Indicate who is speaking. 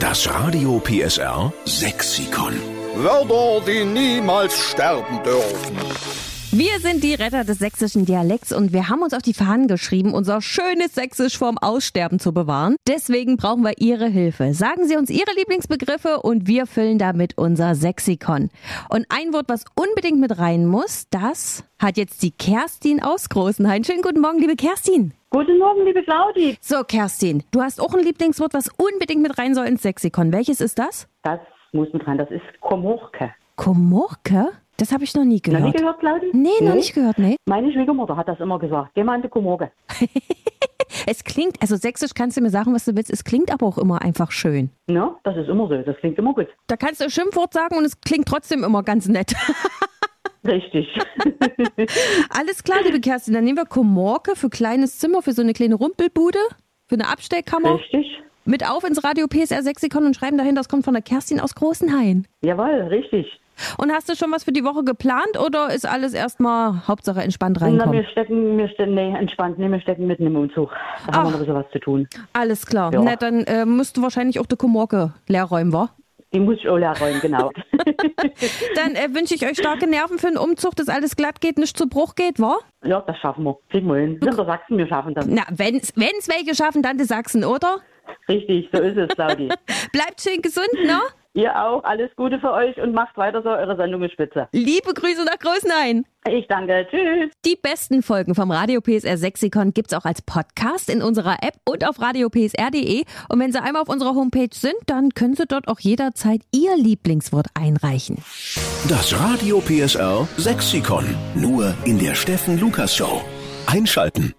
Speaker 1: Das Radio PSR Sexikon.
Speaker 2: Wörter, die niemals sterben dürfen.
Speaker 3: Wir sind die Retter des sächsischen Dialekts und wir haben uns auf die Fahnen geschrieben, unser schönes Sächsisch vorm Aussterben zu bewahren. Deswegen brauchen wir Ihre Hilfe. Sagen Sie uns Ihre Lieblingsbegriffe und wir füllen damit unser Sexikon. Und ein Wort, was unbedingt mit rein muss, das hat jetzt die Kerstin aus Großenhain. Schönen guten Morgen, liebe Kerstin.
Speaker 4: Guten Morgen, liebe Claudi.
Speaker 3: So, Kerstin, du hast auch ein Lieblingswort, was unbedingt mit rein soll ins Sexikon. Welches ist das?
Speaker 4: Das muss man dran, das ist Komorke.
Speaker 3: Komorke? Das habe ich noch nie
Speaker 4: Noch nie
Speaker 3: gehört.
Speaker 4: gehört, Claudi? Hm?
Speaker 3: Nee, noch nicht gehört, nee.
Speaker 4: Meine Schwiegermutter hat das immer gesagt. Geh mal in die Komorke.
Speaker 3: Es klingt, also sächsisch kannst du mir sagen, was du willst, es klingt aber auch immer einfach schön.
Speaker 4: Ne? Das ist immer so, das klingt immer gut.
Speaker 3: Da kannst du ein Schimpfwort sagen und es klingt trotzdem immer ganz nett.
Speaker 4: Richtig.
Speaker 3: Alles klar, liebe Kerstin, dann nehmen wir Komorke für kleines Zimmer, für so eine kleine Rumpelbude, für eine Abstellkammer
Speaker 4: richtig.
Speaker 3: mit auf ins Radio PSR Sexikon und schreiben dahin, das kommt von der Kerstin aus Großenhain.
Speaker 4: Jawohl, richtig.
Speaker 3: Und hast du schon was für die Woche geplant oder ist alles erstmal Hauptsache entspannt
Speaker 4: Na, wir
Speaker 3: reinkommen?
Speaker 4: stecken, wir stecken, nee, entspannt, nee, wir stecken mitten im Umzug. Da haben wir noch ein bisschen was zu tun.
Speaker 3: Alles klar.
Speaker 4: Ja.
Speaker 3: Na, dann äh, musst du wahrscheinlich auch die Komorke leer räumen, wa?
Speaker 4: Die muss ich auch leer räumen, genau.
Speaker 3: Dann äh, wünsche ich euch starke Nerven für den Umzug, dass alles glatt geht, nicht zu Bruch geht, wa?
Speaker 4: ja, das schaffen wir. Kriegen wir hin. Sind wir Sachsen, wir schaffen das.
Speaker 3: Na, wenn's, wenn's welche schaffen, dann die Sachsen, oder?
Speaker 4: Richtig, so ist es, Claudi.
Speaker 3: Bleibt schön gesund, ne?
Speaker 4: Ihr auch, alles Gute für euch und macht weiter so, eure Sendung ist spitze.
Speaker 3: Liebe Grüße nach Großnein.
Speaker 4: Ich danke, tschüss.
Speaker 3: Die besten Folgen vom Radio PSR Sexikon gibt's auch als Podcast in unserer App und auf radiopsr.de. E. Und wenn Sie einmal auf unserer Homepage sind, dann können Sie dort auch jederzeit Ihr Lieblingswort einreichen.
Speaker 1: Das Radio PSR Sexikon. Nur in der Steffen Lukas Show. Einschalten.